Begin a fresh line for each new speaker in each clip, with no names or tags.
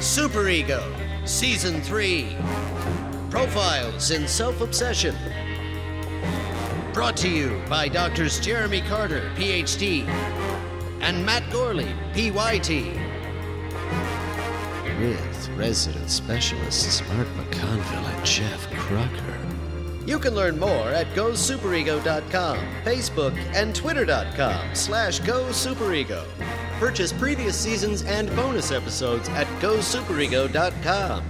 Super Ego, Season 3 Profiles in Self Obsession. Brought to you by Doctors Jeremy Carter, PhD, and Matt Gorley, PYT. With resident specialists Mark McConville and Jeff Crocker. You can learn more at gosuperego.com, Facebook, and twitter.com slash gosuperego. Purchase previous seasons and bonus episodes at gosuperego.com.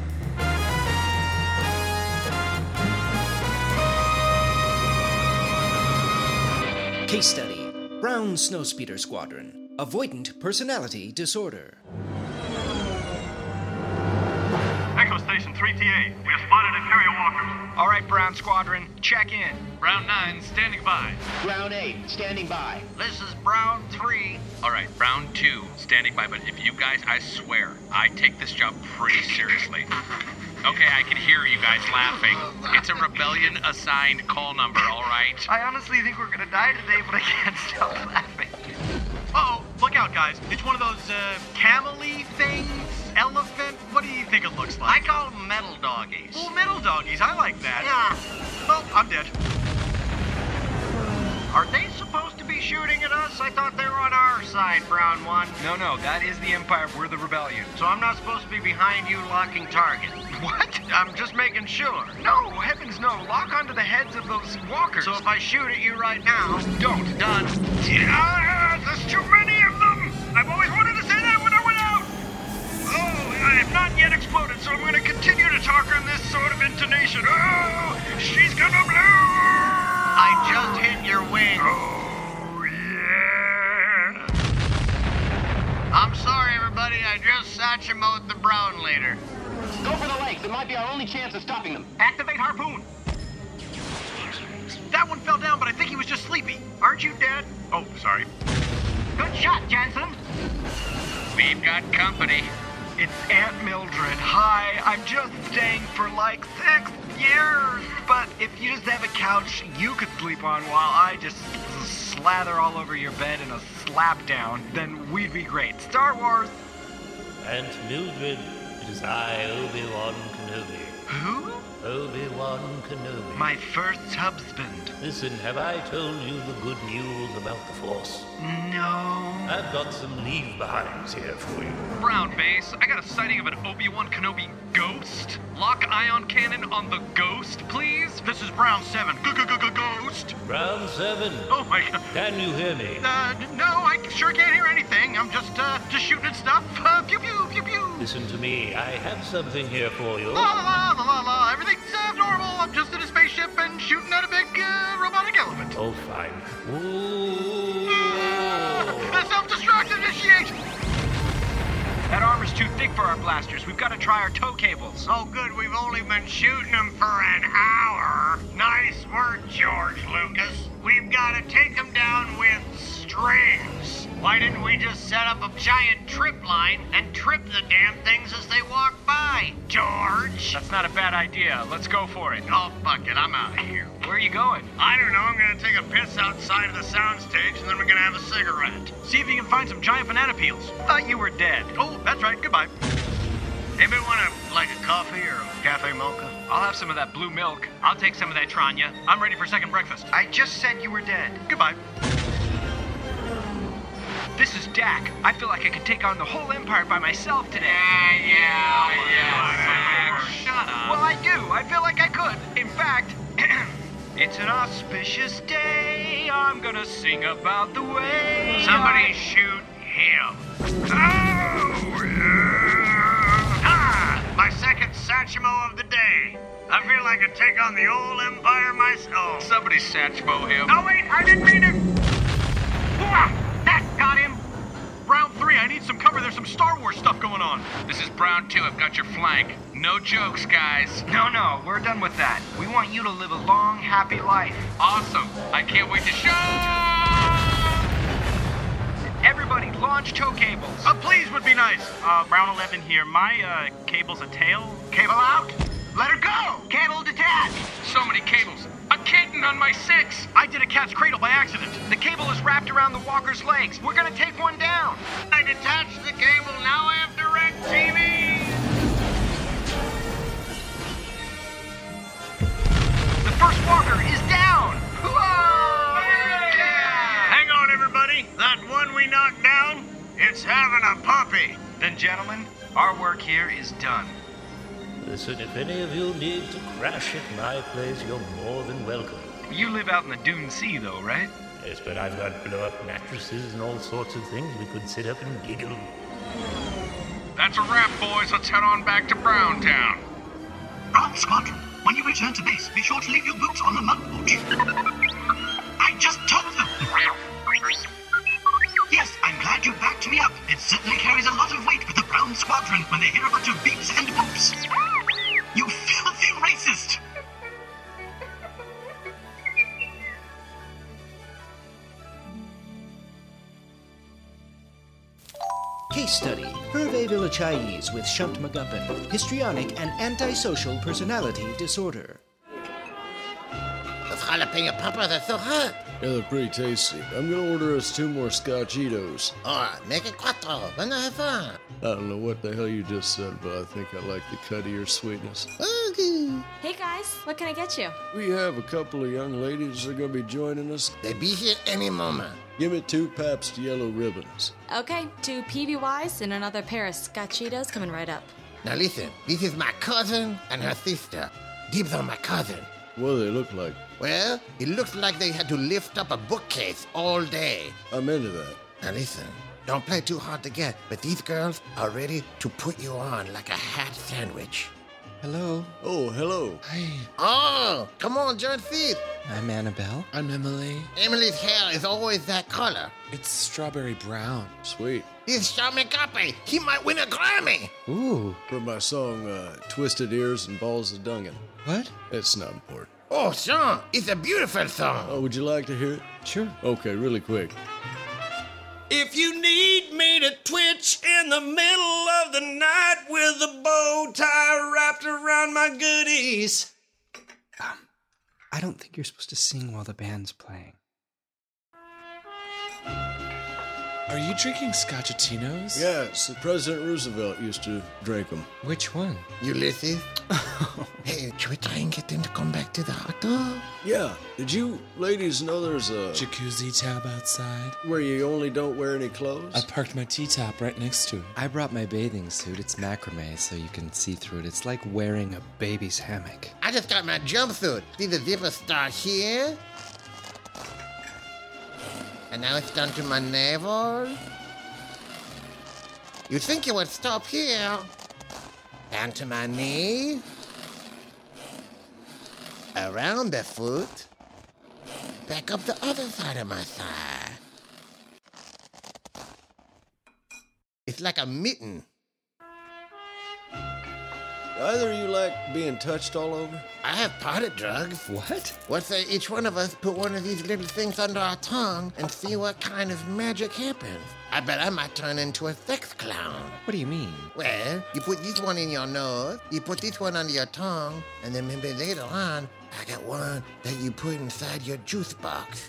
Case study Brown Snowspeeder Squadron. Avoidant personality disorder.
Echo Station 3TA, we have spotted Imperial walkers.
All right, Brown Squadron, check in.
Round 9, standing by.
Round 8, standing by.
This is Brown 3.
All right, Brown 2, standing by, but if you guys, I swear, I take this job pretty seriously. Okay, I can hear you guys laughing. It's a rebellion assigned call number, all right?
I honestly think we're gonna die today, but I can't stop laughing.
Oh,
Uh-oh, look out, guys. It's one of those, uh, camely things? Elephant? What do you think it looks
I
like?
call them metal doggies.
Well, metal doggies, I like that.
Yeah.
Oh, I'm dead.
Are they supposed to be shooting at us? I thought they were on our side, Brown 1.
No, no, that is the Empire. We're the rebellion.
So I'm not supposed to be behind you locking target.
What?
I'm just making sure.
No, heavens no. Lock onto the heads of those walkers.
So if I shoot at you right now,
don't.
done.
Ah, there's too many of them. I've always wanted to say that when I went out. Oh, I have not yet exploded, so I'm going to continue to talk on this sort of intonation. Oh, she's gonna blow.
I just hit your wing.
Oh yeah.
I'm sorry, everybody. I just Satchamo the Brown leader.
Go for the legs. It might be our only chance of stopping them.
Activate harpoon. That one fell down, but I think he was just sleepy.
Aren't you dead?
Oh, sorry.
Good shot, Jensen.
We've got company.
It's Aunt Mildred. Hi, I'm just staying for like six years. But if you just have a couch you could sleep on while I just slather all over your bed in a slap down, then we'd be great. Star Wars.
Aunt Mildred, it is I, Obi-Wan Kenobi.
Who?
Obi-Wan Kenobi.
My first husband.
Listen, have I told you the good news about the Force?
No.
I've got some leave behinds here for you.
Brown base, I got a sighting of an Obi-Wan Kenobi ghost. Lock ion cannon on the ghost, please. This is Brown 7. G-g-g-g-ghost.
Brown 7,
Oh my god.
can you hear me?
Uh, no, I sure can't hear anything. I'm just, uh, just shooting at stuff. Uh, pew pew, pew pew.
Listen to me, I have something here for you.
La la la la la la. Everything's uh, normal. I'm just in a spaceship and shooting at a big, uh, robotic elephant.
Oh, fine. Whoa.
Uh, self-destruct initiate!
That armor's too thick for our blasters. We've got to try our tow cables.
Oh, good. We've only been shooting them for an hour. Nice work, George Lucas. We've got to take them down with strings. Why didn't we just set up a giant trip line and trip the damn things as they walk by, George?
That's not a bad idea. Let's go for it.
Oh, fuck it. I'm out of here.
Where are you going?
I don't know. I'm going to take a piss outside of the soundstage, and then we're going to have a cigarette.
See if you can find some giant banana peels.
Thought you were dead.
Oh, that's right. Goodbye.
Anybody want a, like a coffee or a cafe mocha?
I'll have some of that blue milk.
I'll take some of that Tranya. I'm ready for second breakfast.
I just said you were dead.
Goodbye.
This is Dak. I feel like I could take on the whole empire by myself today.
Yeah, yeah, Zach, shut up.
Well, I do. I feel like I could. In fact, it's an auspicious day. I'm gonna sing about the way.
Somebody shoot him.
Oh,
Ah, my second Satchmo of the day. I feel like I could take on the old empire myself.
Somebody Satchmo him.
oh wait, I didn't mean it.
Ah, that got him. Round three. I need some cover. There's some Star Wars stuff going on.
This is Brown 2, I've got your flank. No jokes, guys.
No, no, we're done with that. We want you to live a long, happy life.
Awesome. I can't wait to show!
Everybody, launch tow cables.
Oh,
Uh, please would be nice. Uh, Brown 11 here. My uh, cable's a tail.
Cable out. Let her go. Cable detached.
So many cables. A kitten on my six!
I did a cat's cradle by accident.
The cable is wrapped around the walker's legs. We're gonna take one down.
I detached the cable. Now I have direct TV.
First Walker is down! Hang on, everybody. That one we knocked down, it's having a puppy.
Then, gentlemen, our work here is done.
Listen, if any of you need to crash at my place, you're more than welcome.
You live out in the Dune Sea, though, right?
Yes, but I've got blow up mattresses and all sorts of things we could sit up and giggle.
That's a wrap, boys. Let's head on back to Browntown.
Brown Squadron, when you return to base, be sure to leave your boots on the mud porch. I just told them. Yes, I'm glad you backed me up. It certainly carries a lot of weight with the Brown Squadron when they hear a bunch of beeps and boops. You filthy racist!
Case study Hervé Villachais with Shunt McGuffin, histrionic and antisocial personality disorder.
Those jalapeno poppers are so hot.
They look pretty tasty. I'm gonna order us two more Scotchitos.
Or make it cuatro. When I have fun.
I don't know what the hell you just said, but I think I like the cut of your sweetness.
Hey guys, what can I get you?
We have a couple of young ladies that are gonna be joining us.
They be here any moment.
Give me two Pabst Yellow Ribbons.
Okay, two PBYs and another pair of Scotchitos coming right up.
Now listen, this is my cousin and her sister. Dibs on my cousin.
What do they look like?
Well, it looks like they had to lift up a bookcase all day.
I'm into that.
Now listen, don't play too hard to get, but these girls are ready to put you on like a hat sandwich.
Hello.
Oh, hello.
Hi.
Oh, come on, join seat.
I'm Annabelle. I'm Emily.
Emily's hair is always that color.
It's strawberry brown.
Sweet.
This Sean McCoppy, he might win a Grammy.
Ooh.
For my song, uh, Twisted Ears and Balls of Dungan.
What?
It's not important.
Oh, Sean, it's a beautiful song.
Oh, would you like to hear it?
Sure.
Okay, really quick.
If you need me to twitch in the middle of the night with a bow tie wrapped around my goodies.
Um, I don't think you're supposed to sing while the band's playing. Are you drinking scotchatinos?
Yes, President Roosevelt used to drink them.
Which one?
Ulysses. hey, should we try and get them to come back to the hot dog?
Yeah. Did you ladies know there's a
jacuzzi tab outside
where you only don't wear any clothes?
I parked my tea top right next to it. I brought my bathing suit. It's macrame, so you can see through it. It's like wearing a baby's hammock.
I just got my jumpsuit. See the zipper star here? And now it's down to my navel. You think it would stop here? Down to my knee. Around the foot. Back up the other side of my thigh. It's like a mitten.
Either you like being touched all over?
I have potted drugs.
What?
What say each one of us put one of these little things under our tongue and see what kind of magic happens? I bet I might turn into a sex clown.
What do you mean?
Well, you put this one in your nose, you put this one under your tongue, and then maybe later on, I got one that you put inside your juice box.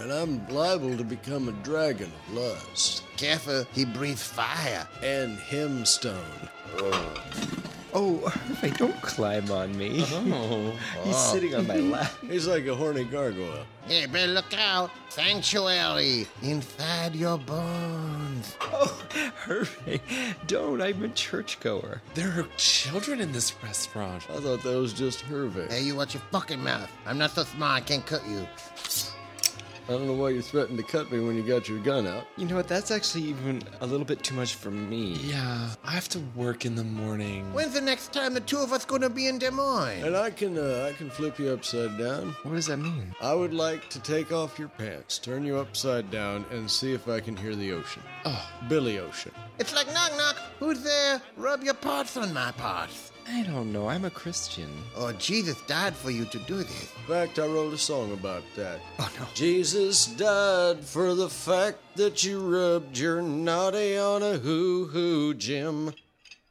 and I'm liable to become a dragon of lust.
Careful, he breathes fire.
And hemstone.
Oh.
Oh, Hervey, don't climb on me.
Oh.
He's
Oh.
sitting on my lap.
He's like a horny gargoyle.
Hey, better look out. Sanctuary inside your bones.
Oh, Hervey, don't. I'm a churchgoer. There are children in this restaurant.
I thought that was just Hervey.
Hey, you watch your fucking mouth. I'm not so smart, I can't cut you.
I don't know why you threatened to cut me when you got your gun out.
You know what? That's actually even a little bit too much for me.
Yeah, I have to work in the morning.
When's the next time the two of us gonna be in Des Moines?
And I can uh, I can flip you upside down.
What does that mean?
I would like to take off your pants, turn you upside down, and see if I can hear the ocean.
Oh.
Billy Ocean.
It's like knock knock. Who's there? Rub your parts on my parts.
I don't know. I'm a Christian.
Oh, Jesus died for you to do this.
In fact, I wrote a song about that.
Oh, no.
Jesus died for the fact that you rubbed your naughty on a hoo hoo, Jim.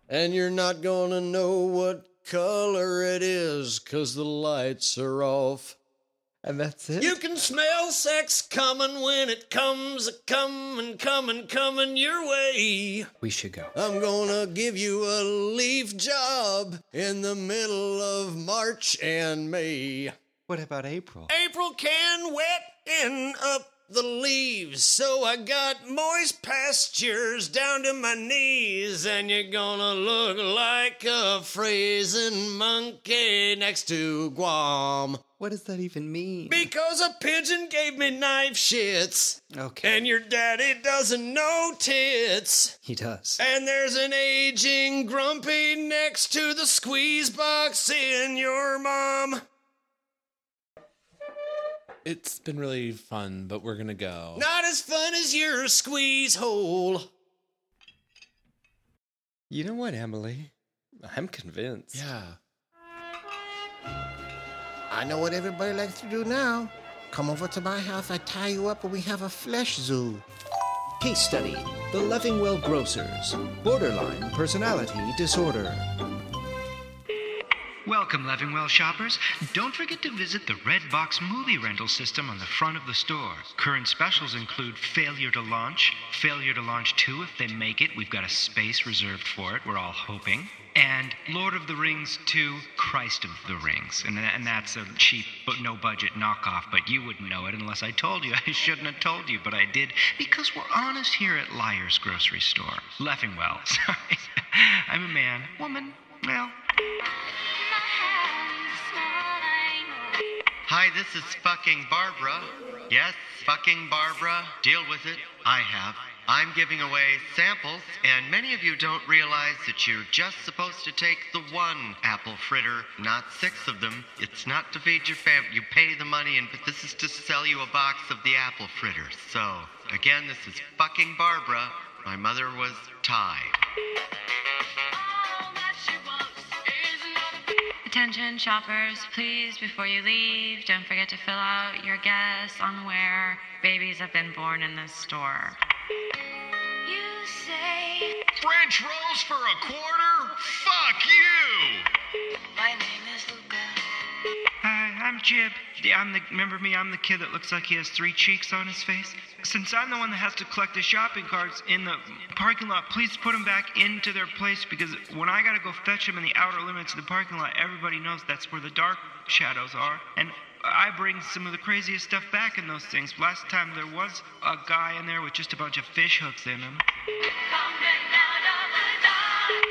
And you're not gonna know what color it is, cause the lights are off.
And that's it?
You can smell sex coming when it comes a comin', comin', comin' your way.
We should go.
I'm gonna give you a leaf job in the middle of March and May.
What about April?
April can wet up the leaves, so I got moist pastures down to my knees, and you're gonna look like a freezing monkey next to Guam.
What does that even mean?
Because a pigeon gave me knife shits.
Okay.
And your daddy doesn't know tits.
He does.
And there's an aging grumpy next to the squeeze box in your mom.
It's been really fun, but we're gonna go.
Not as fun as your squeeze hole.
You know what, Emily? I'm convinced.
Yeah.
I know what everybody likes to do now. Come over to my house, I tie you up, and we have a flesh zoo.
Case study The Leffingwell Grocers, borderline personality disorder.
Welcome, Levingwell shoppers. Don't forget to visit the Red Box movie rental system on the front of the store. Current specials include Failure to Launch, Failure to Launch 2 if they make it. We've got a space reserved for it, we're all hoping. And Lord of the Rings 2, Christ of the Rings. And, and that's a cheap, but no budget knockoff, but you wouldn't know it unless I told you. I shouldn't have told you, but I did because we're honest here at Liar's Grocery Store. Leffingwell, sorry. I'm a man, woman, well,
Hi, this is fucking Barbara. Yes, fucking Barbara. Deal with it. I have. I'm giving away samples, and many of you don't realize that you're just supposed to take the one apple fritter, not six of them. It's not to feed your family. You pay the money, and but this is to sell you a box of the apple fritter. So, again, this is fucking Barbara. My mother was Thai.
Attention shoppers, please, before you leave, don't forget to fill out your guess on where babies have been born in this store.
You say
French rolls for a quarter? Fuck you!
my name is Luca.
Hi, I'm Jib. Yeah, I'm the remember me, I'm the kid that looks like he has three cheeks on his face. Since I'm the one that has to collect the shopping carts in the parking lot, please put them back into their place because when I gotta go fetch them in the outer limits of the parking lot, everybody knows that's where the dark shadows are. And I bring some of the craziest stuff back in those things. Last time there was a guy in there with just a bunch of fish hooks in him.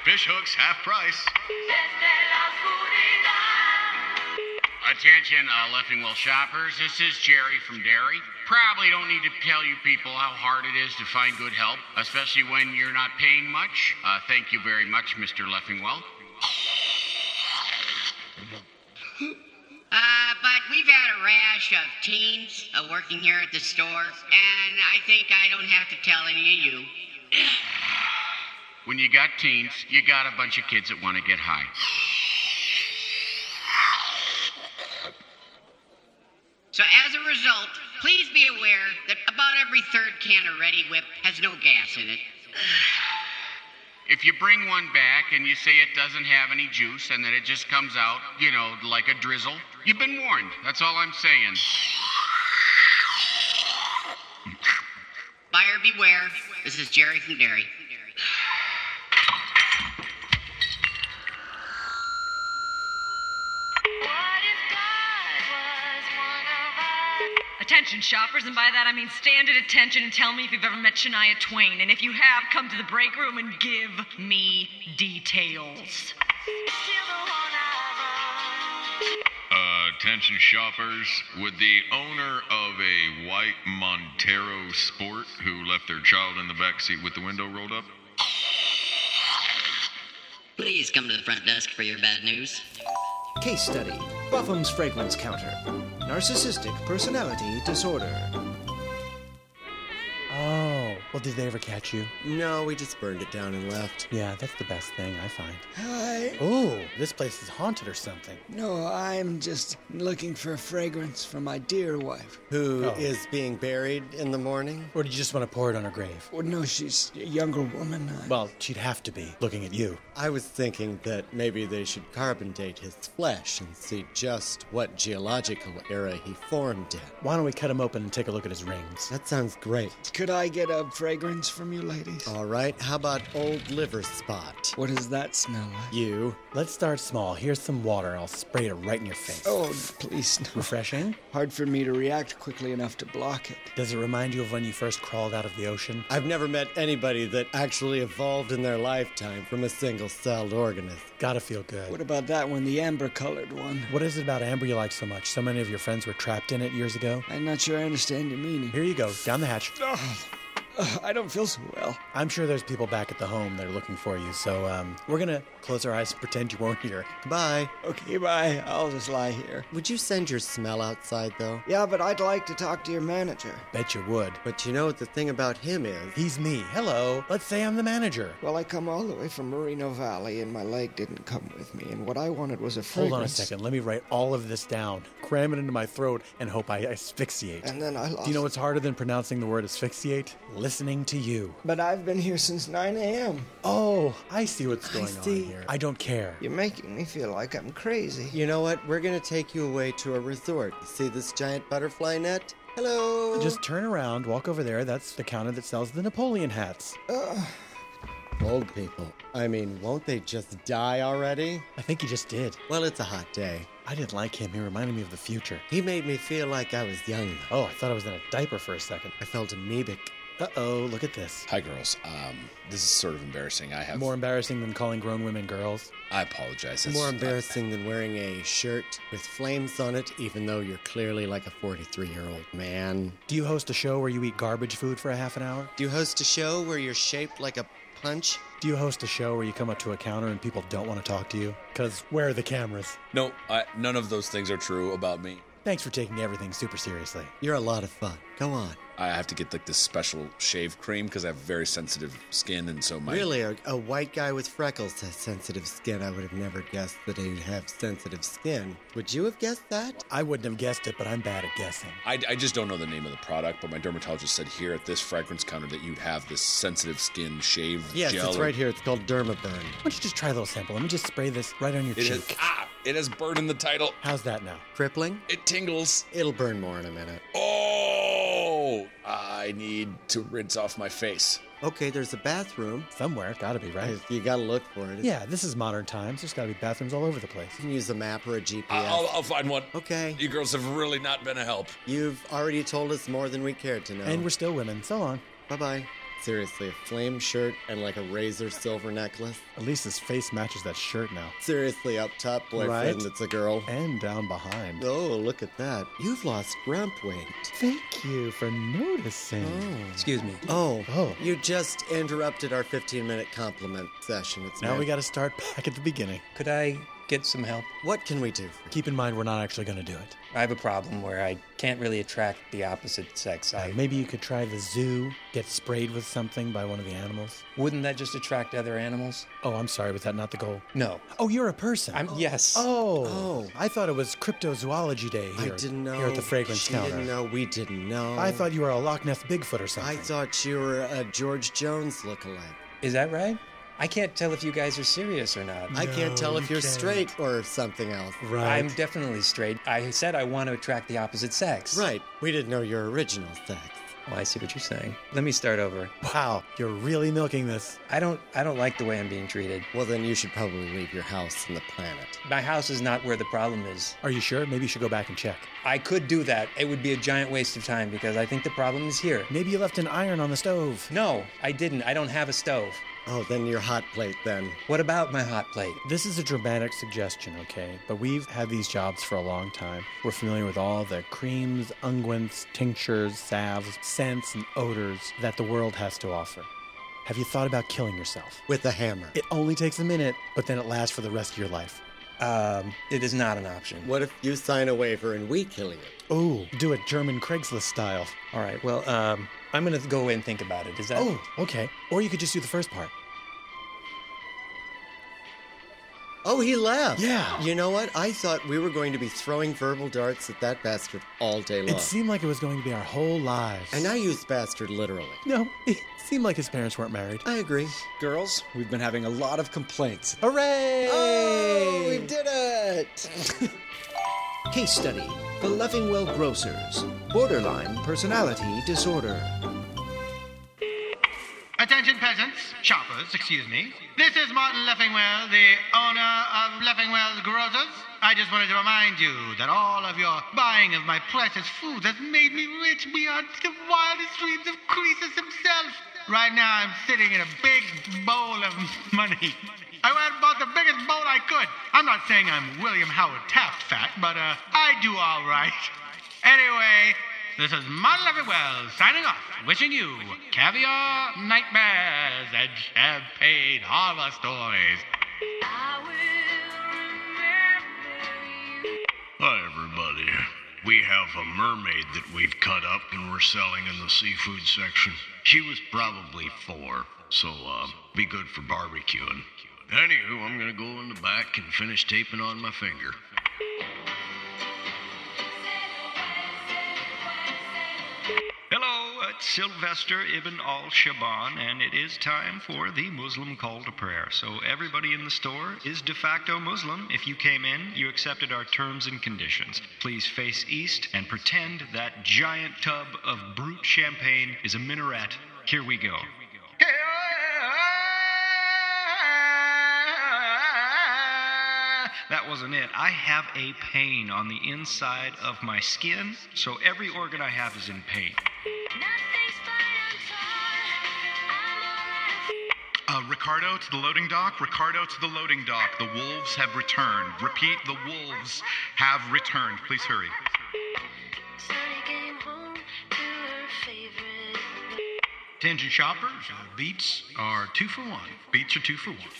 Fish hooks half price.
Attention, uh, Leffingwell shoppers. This is Jerry from Derry. Probably don't need to tell you people how hard it is to find good help, especially when you're not paying much. Uh, thank you very much, Mr. Leffingwell.
Uh, but we've had a rash of teens uh, working here at the store, and I think I don't have to tell any of you.
When you got teens, you got a bunch of kids that want to get high.
So as a result, please be aware that about every third can of Ready Whip has no gas in it.
If you bring one back and you say it doesn't have any juice and then it just comes out, you know, like a drizzle, you've been warned. That's all I'm saying.
Buyer beware. This is Jerry from Derry.
Attention, shoppers, and by that I mean stand at attention and tell me if you've ever met Shania Twain. And if you have, come to the break room and give me details.
Uh, attention shoppers, would the owner of a white Montero Sport who left their child in the back seat with the window rolled up?
Please come to the front desk for your bad news.
Case study Buffum's fragrance counter. Narcissistic personality disorder.
Oh, well, did they ever catch you?
No, we just burned it down and left.
Yeah, that's the best thing I find.
Hi.
Oh, this place is haunted or something.
No, I'm just looking for a fragrance for my dear wife.
Who
Oh.
is being buried in the morning?
Or did you just want to pour it on her grave?
Well, no, she's a younger woman. I-
Well, she'd have to be looking at you.
I was thinking that maybe they should carbon date his flesh and see just what geological era he formed in.
Why don't we cut him open and take a look at his rings?
That sounds great.
Could I get a fragrance from you ladies?
All right, how about old liver spot?
What does that smell like?
You. Let's start small. Here's some water. I'll spray it right in your face.
Oh, please no.
Refreshing?
Hard for me to react quickly enough to block it.
Does it remind you of when you first crawled out of the ocean?
I've never met anybody that actually evolved in their lifetime from a single celled organism.
Gotta feel good.
What about that one, the amber colored one?
What is it about amber you like so much? So many of your friends were trapped in it years ago?
I'm not sure I understand your meaning.
Here you go, down the hatch.
Uh, I don't feel so well.
I'm sure there's people back at the home that are looking for you, so um, we're gonna close our eyes and pretend you weren't here. Goodbye.
Okay, bye. I'll just lie here.
Would you send your smell outside, though?
Yeah, but I'd like to talk to your manager.
Bet you would.
But you know what the thing about him is?
He's me. Hello. Let's say I'm the manager.
Well, I come all the way from Merino Valley, and my leg didn't come with me, and what I wanted was a fragrance.
Hold on a second. Let me write all of this down, cram it into my throat, and hope I asphyxiate.
And then I lost.
Do you know what's harder than pronouncing the word asphyxiate? Listening to you.
But I've been here since 9 a.m.
Oh, I see what's
I
going
see.
on here. I don't care.
You're making me feel like I'm crazy.
You know what? We're gonna take you away to a resort. You see this giant butterfly net? Hello.
Just turn around, walk over there. That's the counter that sells the Napoleon hats.
Ugh.
Old people. I mean, won't they just die already?
I think he just did.
Well, it's a hot day.
I didn't like him. He reminded me of the future.
He made me feel like I was young.
Oh, I thought I was in a diaper for a second.
I felt amoebic.
Uh oh, look at this.
Hi, girls. Um, this is sort of embarrassing. I have.
More embarrassing than calling grown women girls.
I apologize. It's-
More embarrassing than wearing a shirt with flames on it, even though you're clearly like a 43 year old man.
Do you host a show where you eat garbage food for a half an hour?
Do you host a show where you're shaped like a punch?
Do you host a show where you come up to a counter and people don't want to talk to you? Because where are the cameras?
no, I, none of those things are true about me.
Thanks for taking everything super seriously.
You're a lot of fun. Go on.
I have to get like this special shave cream because I have very sensitive skin, and so my
Really, a, a white guy with freckles has sensitive skin. I would have never guessed that he'd have sensitive skin. Would you have guessed that?
I wouldn't have guessed it, but I'm bad at guessing.
I, I just don't know the name of the product, but my dermatologist said here at this fragrance counter that you'd have this sensitive skin shave
Yes,
gel.
it's right here. It's called Dermaburn.
Why don't you just try a little sample? Let me just spray this right on your
It has
cheek.
ah, it has burn in the title.
How's that now?
Crippling?
It tingles.
It'll burn more in a minute.
Oh, I need to rinse off my face.
Okay, there's a bathroom.
Somewhere, gotta be right.
You gotta look for it.
Yeah, this is modern times. There's gotta be bathrooms all over the place. Uh,
You can use a map or a GPS.
I- I'll, I'll find one.
okay.
You girls have really not been a help.
You've already told us more than we cared to know.
And we're still women. So long.
Bye bye. Seriously, a flame shirt and like a razor silver necklace.
At least his face matches that shirt now.
Seriously, up top boyfriend
Right?
that's a girl.
And down behind.
Oh, look at that. You've lost grump weight.
Thank you for noticing.
Excuse me. Oh.
Oh.
You just interrupted our 15 minute compliment session. It's
Now
my-
we gotta start back at the beginning.
Could I get some help?
What can we do? for
Keep in mind, we're not actually gonna do it.
I have a problem where I can't really attract the opposite sex.
Uh,
I
maybe you could try the zoo, get sprayed with something by one of the animals.
wouldn't that just attract other animals?
Oh, I'm sorry, was that not the goal?
No.
Oh, you're a person.
I'm yes.
Oh,
Oh.
I thought it was cryptozoology day
I
here.
didn't know.
Here at the fragrance
she
counter.
didn't know. We didn't know.
I thought you were a Loch Ness Bigfoot or
I
something.
thought you were a George Jones lookalike.
Is that right? I can't tell if you guys are serious or not.
I can't
No,
tell if
you
you're
can't.
straight or something else.
Right.
I'm definitely straight. I said I want to attract the opposite sex.
Right. We didn't know your original sex.
Well, I see what you're saying. Let me start over.
wow, you're really milking this.
I don't I don't like the way I'm being treated.
Well, then you should probably leave your house and the planet.
My house is not where the problem is.
Are you sure? Maybe you should go back and check.
I could do that. It would be a giant waste of time because I think the problem is here.
Maybe you left an iron on the stove.
No, I didn't. I don't have a stove.
Oh, then your hot plate, then.
What about my hot plate?
This is a dramatic suggestion, okay? But we've had these jobs for a long time. We're familiar with all the creams, unguents, tinctures, salves, scents, and odors that the world has to offer. Have you thought about killing yourself?
With a hammer.
It only takes a minute, but then it lasts for the rest of your life.
Um, it is not an option.
What if you sign a waiver and we kill you?
Oh, do it German Craigslist style.
All right. Well, um, I'm gonna go away and think about it. Is that?
Oh, okay. Or you could just do the first part.
Oh, he left.
Yeah.
You know what? I thought we were going to be throwing verbal darts at that bastard all day long.
It seemed like it was going to be our whole lives.
and I use bastard literally.
No, it seemed like his parents weren't married.
I agree.
girls, we've been having a lot of complaints.
Hooray!
Oh, we did it!
Case study The Lovingwell Grocers, borderline personality disorder.
Attention peasants, shoppers, excuse me. This is Martin Leffingwell, the owner of Leffingwell's Grocers. I just wanted to remind you that all of your buying of my precious food has made me rich beyond the wildest dreams of Croesus himself. Right now I'm sitting in a big bowl of money. I went and bought the biggest bowl I could. I'm not saying I'm William Howard Taft fat, but uh, I do all right. Anyway, this is Martin Leffingwell signing off, wishing you caviar, nightmares, and champagne horror stories.
Hi, everybody. We have a mermaid that we've cut up and we're selling in the seafood section. She was probably four, so uh, be good for barbecuing. Anywho, I'm gonna go in the back and finish taping on my finger.
Hello, it's Sylvester Ibn al Shaban, and it is time for the Muslim call to prayer. So, everybody in the store is de facto Muslim. If you came in, you accepted our terms and conditions. Please face east and pretend that giant tub of brute champagne is a minaret. Here we go. That wasn't it. I have a pain on the inside of my skin, so every organ I have is in pain.
Uh, Ricardo to the loading dock. Ricardo to the loading dock. The wolves have returned. Repeat, the wolves have returned. Please hurry.
Tangent shoppers, uh, beats are two for one.
Beats are two for one.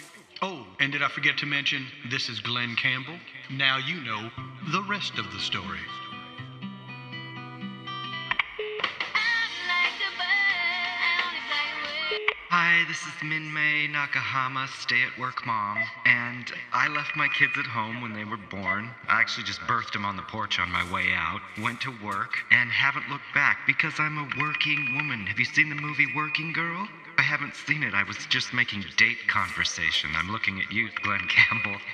Oh, and did I forget to mention this is Glenn Campbell? Now you know the rest of the story.
Hi, this is Minmay Nakahama, stay at work mom. And I left my kids at home when they were born. I actually just birthed them on the porch on my way out. Went to work and haven't looked back because I'm a working woman. Have you seen the movie Working Girl? I haven't seen it. I was just making date conversation. I'm looking at you, Glenn Campbell.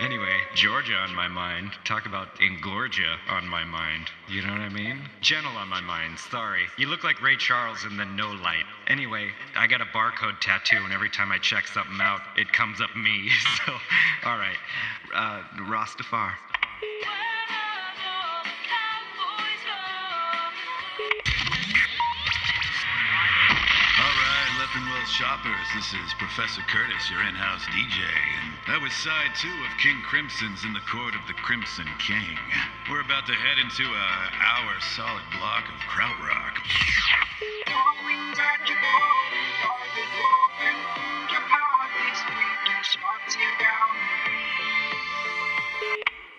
Anyway, Georgia on my mind. Talk about Engorgia on my mind. You know what I mean? Gentle on my mind, sorry. You look like Ray Charles in the no light. Anyway, I got a barcode tattoo, and every time I check something out, it comes up me. So, all right. Uh, Rastafar.
All right, left and well shoppers, this is Professor Curtis, your in house DJ, and that was side two of King Crimson's In the Court of the Crimson King. We're about to head into a hour solid block of krautrock.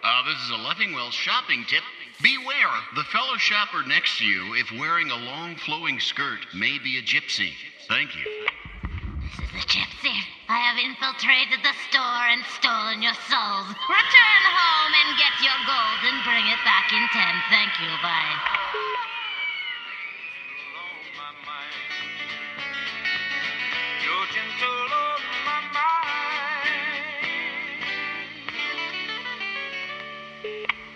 Uh, this is a Leffingwell shopping tip. Beware, the fellow shopper next to you, if wearing a long flowing skirt, may be a gypsy. Thank you.
Gypsy, I have infiltrated the store and stolen your souls. Return home and get your gold and bring it back in ten. Thank you, bye.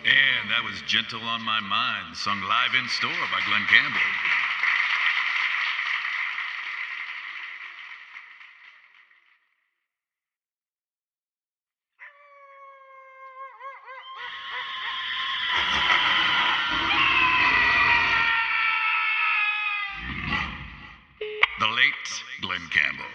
And that was Gentle on My Mind, sung live in store by Glenn Campbell. The late Glenn Campbell.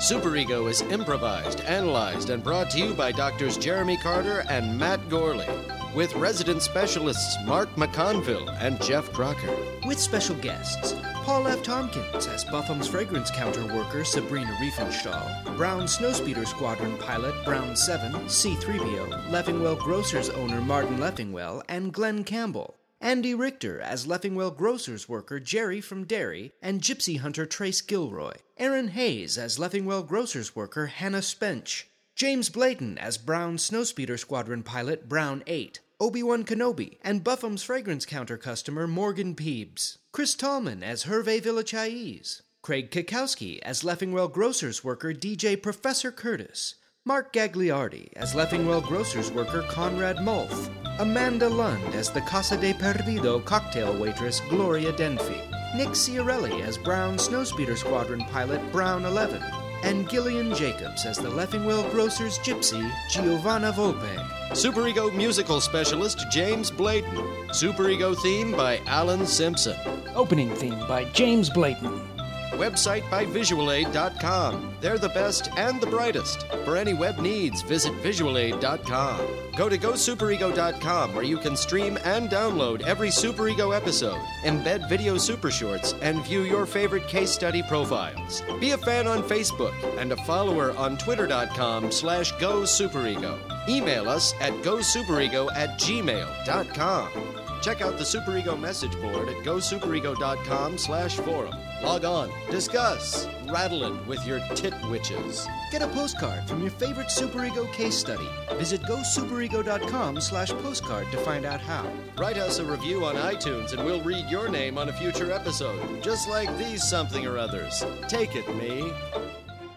Superego is improvised, analyzed, and brought to you by doctors Jeremy Carter and Matt Gorley, with resident specialists Mark McConville and Jeff Crocker.
With special guests, Paul F. Tompkins as Buffum's fragrance counter worker Sabrina Riefenstahl, Brown Snowspeeder Squadron pilot Brown 7, C3PO, Leffingwell Grocers owner Martin Leffingwell, and Glenn Campbell. Andy Richter as Leffingwell Grocers worker Jerry from Derry and Gypsy Hunter Trace Gilroy. Aaron Hayes as Leffingwell Grocers worker Hannah Spench. James Blayton as Brown Snowspeeder Squadron pilot Brown 8. Obi Wan Kenobi and Buffum's fragrance counter customer Morgan Peebs. Chris Tallman as Hervé Villachais. Craig Kakowski as Leffingwell Grocers worker DJ Professor Curtis. Mark Gagliardi as Leffingwell Grocers worker Conrad Mulf. Amanda Lund as the Casa de Perdido cocktail waitress Gloria Denfi. Nick Ciarelli as Brown Snowspeeder Squadron pilot Brown 11, and Gillian Jacobs as the Leffingwell Grocers Gypsy Giovanna Volpe.
Superego musical specialist James Blayton. Superego theme by Alan Simpson.
Opening theme by James Blayton.
Website by visualaid.com. They're the best and the brightest. For any web needs, visit visualaid.com. Go to gosuperego.com where you can stream and download every Superego episode, embed video super shorts, and view your favorite case study profiles. Be a fan on Facebook and a follower on twitter.com slash gosuperego. Email us at gosuperego at gmail.com. Check out the Superego message board at gosuperego.com slash forum. Log on, discuss, rattle it with your tit witches.
Get a postcard from your favorite Superego case study. Visit gosuperego.com slash postcard to find out how.
Write us a review on iTunes and we'll read your name on a future episode, just like these something or others. Take it, me.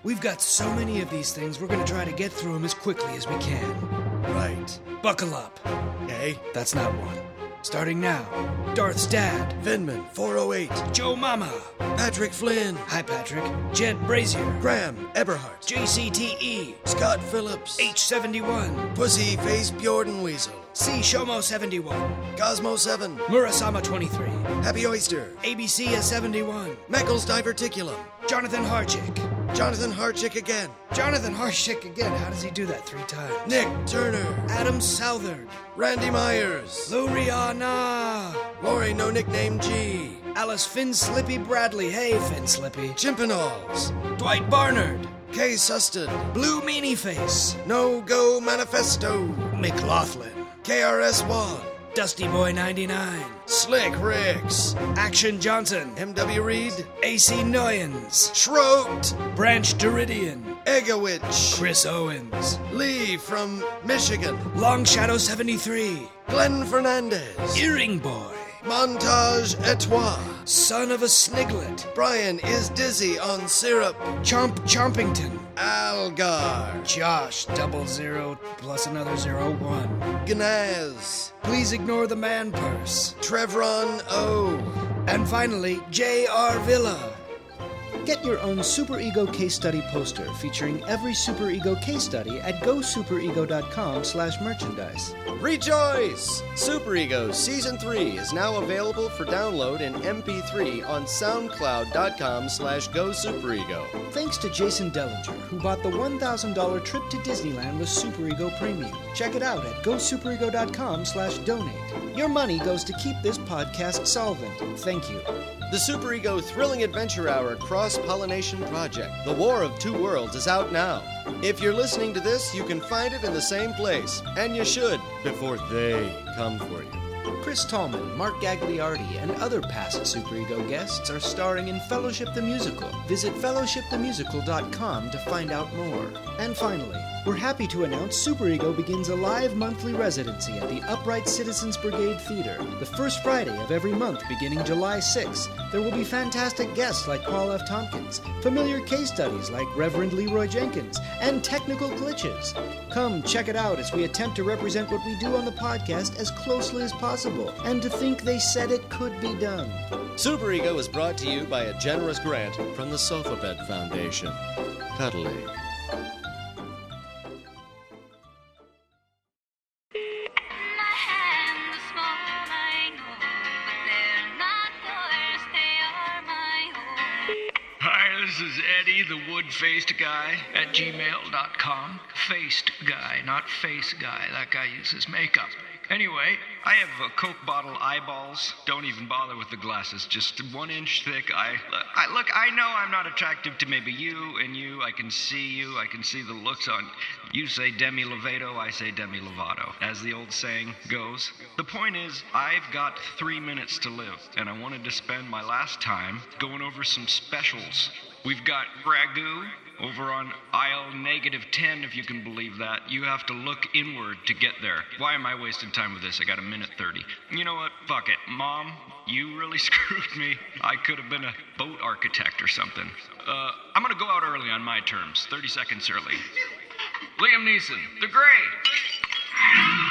We've got so many of these things, we're going to try to get through them as quickly as we can.
Right.
Buckle up.
Hey,
that's not one. Starting now, Darth's dad,
Venman 408,
Joe Mama,
Patrick Flynn,
Hi Patrick, Jed Brazier,
Graham Eberhardt,
JCTE,
Scott Phillips,
H71,
Pussy Face Bjordan Weasel,
C Shomo 71,
Cosmo 7,
Murasama 23,
Happy Oyster,
ABC is 71,
Meckles Diverticulum,
Jonathan Harchick,
Jonathan Harchick again,
Jonathan Harchick again. How does he do that three times?
Nick Turner,
Adam Southard,
Randy Myers,
Lou Rihanna,
Lori No Nickname G,
Alice Finn Slippy Bradley. Hey, Finn Slippy.
Chimpanols,
Dwight Barnard.
Kay Suston,
Blue Meanie Face.
No Go Manifesto,
McLaughlin.
KRS1,
Dusty Boy 99,
Slick Ricks,
Action Johnson,
MW Reed,
AC Noyens,
Schroat,
Branch Duridian,
Egowich,
Chris Owens,
Lee from Michigan,
Long Shadow 73,
Glenn Fernandez,
Earring Boy,
Montage Etois,
Son of a Sniglet,
Brian is dizzy on syrup,
Chomp Chompington,
Algar,
Josh double zero plus another zero one,
Gnaz,
Please ignore the man purse,
Trevron O,
and finally J.R. Villa. Get your own Super Ego case study poster featuring every Super Ego case study at gosuperego.com slash merchandise.
Rejoice! Superego Season 3 is now available for download in MP3 on soundcloud.com slash gosuperego.
Thanks to Jason Dellinger, who bought the $1,000 trip to Disneyland with Superego Premium. Check it out at gosuperego.com slash donate. Your money goes to keep this podcast solvent. Thank you.
The Superego Thrilling Adventure Hour Cross Pollination Project, The War of Two Worlds, is out now. If you're listening to this, you can find it in the same place, and you should before they come for you.
Chris Tallman, Mark Gagliardi, and other past Superego guests are starring in Fellowship the Musical. Visit fellowshipthemusical.com to find out more. And finally, we're happy to announce Superego begins a live monthly residency at the Upright Citizens Brigade Theater, the first Friday of every month beginning July 6th. There will be fantastic guests like Paul F. Tompkins, familiar case studies like Reverend Leroy Jenkins, and technical glitches. Come check it out as we attempt to represent what we do on the podcast as closely as possible, and to think they said it could be done.
Superego is brought to you by a generous grant from the Sofa Bed Foundation. Cuddly.
this is Eddie, the wood faced guy, at gmail.com. Faced guy, not face guy. That guy uses makeup. Anyway, I have a Coke bottle eyeballs. Don't even bother with the glasses. Just one inch thick. I, I look. I know I'm not attractive to maybe you and you. I can see you. I can see the looks on. You say Demi Lovato. I say Demi Lovato. As the old saying goes. The point is, I've got three minutes to live, and I wanted to spend my last time going over some specials. We've got ragu, over on aisle negative 10, if you can believe that. You have to look inward to get there. Why am I wasting time with this? I got a minute 30. You know what? Fuck it. Mom, you really screwed me. I could have been a boat architect or something. Uh, I'm gonna go out early on my terms, 30 seconds early. Liam Neeson, The Gray.